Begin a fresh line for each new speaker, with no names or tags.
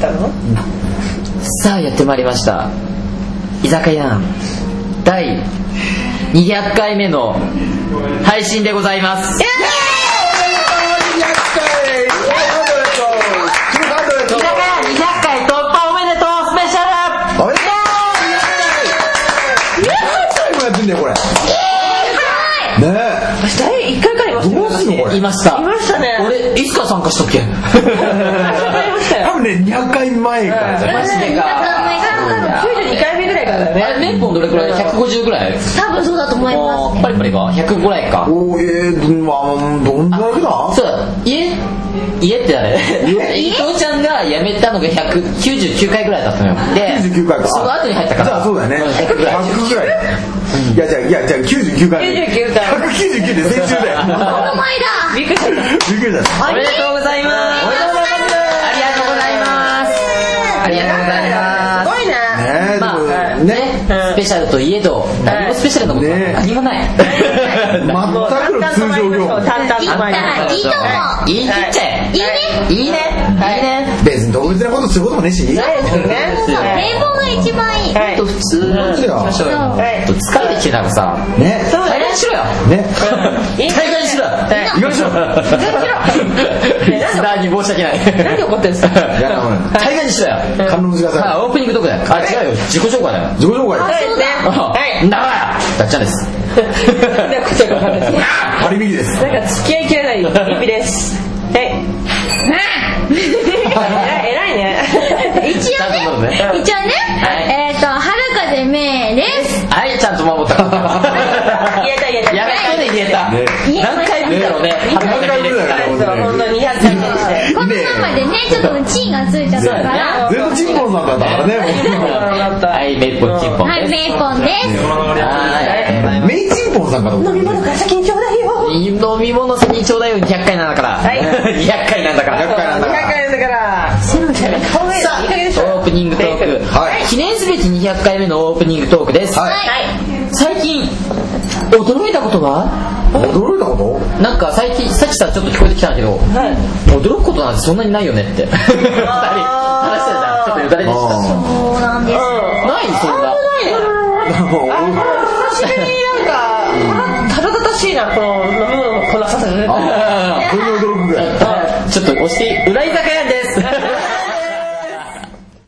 たの
さあやってまいりました居酒屋第200回目の配信でございます居酒屋200回突破おめでとうスペシャル
おめでとうやってんだよこれね
私誰一回から言わ
え
せて
どうすんのこ
い
れ
ました
いましたね
俺いつから参加したっけ
いましたよ
多分ね200回前からじゃない
マジでか
92回目ぐらいからだね
あれ年俸どれくらい150くらい
多分そうだと思いま
あーパリパリか100ぐらいか
おーえーどんまあどんだけだ
そう家家ってあれ 伊藤ちゃんが辞めたのが199回ぐらいだったのよで
99回か
その後に入ったから
じゃあそうだよね
ん100ぐらい
100ぐらいいやじゃあいやじゃあ99回
99回
199で成中だよ
す。お前だ。
びっくりしちゃった
びっくりだね
おめでとうございます
おめでとうございます
ありがとうございますありがとうございます
ごいね
ね
まあ
えでも
ね
ね
うん
スペシャルといえど何もスペシャルなことは
ね
何もない
全くの通常業
淡々と参りましょう
務
淡々と参りましょう
いいと思う
言い切っちゃえ
いいね
いいねいいね
別に特別なことすることもねえし
ないですよね
冷房が一番いい。
は
と
い
普通の行きましょうよ
はい
ちょっと疲れてきてたからさ
ね
そうだ
対
ね
談しろよ
ね
いいね
対談しろ
はい
行きましょうリスナーに申し訳ない
何怒ってんすか
いやもう
対談しろよ
観音寺がさ
あオープニングどこだよあ違うよ自己紹介だよ
自己紹介
そうですねは
なあだっちゃんです
いなんかちょっとわかんないです
パリミキです
なんか付き合いきれない意味ですはい偉い偉いね
一応
ちゃんと守る
ね
ね、
一応ね、えっと、はるかでめです。
はいちゃんと守った
言えた言えた
やめたね言えた
ね
何回見たろうね
ね
何回見たろう
そ
ね
う本当に200回目にして
この名前でね、ちょっとチンがついちゃったから、
全部チンポンさんだったからね
はいメイポンチンポン
はい、メイポンです。
は
もうメイチンポンさんかと思っ
飲み物から先にちょうだいよ
い飲み物先にちょうだいよ200回なんだから
はい
200回なんだから
200回なんだから
200回だからすいません顔がいい
さ
いい加減にしろ
あオープニングトーク、
はい
記念すべき200回目のオープニングトークです、
はい
最近驚いたことが
驚いたこ
なんか最近さっきさちょっと聞こえてきたんだけど、
はい
驚くことなんてそんなにないよねって2人話してたじゃんちょっとよだれ
と
でした
あ
そうなんです。
ないそんな
あもう
久しぶりになんか腹立たしいなこの飲み物の粉ささが出て
あこれに驚くぐらい
ちょっと押して裏居酒屋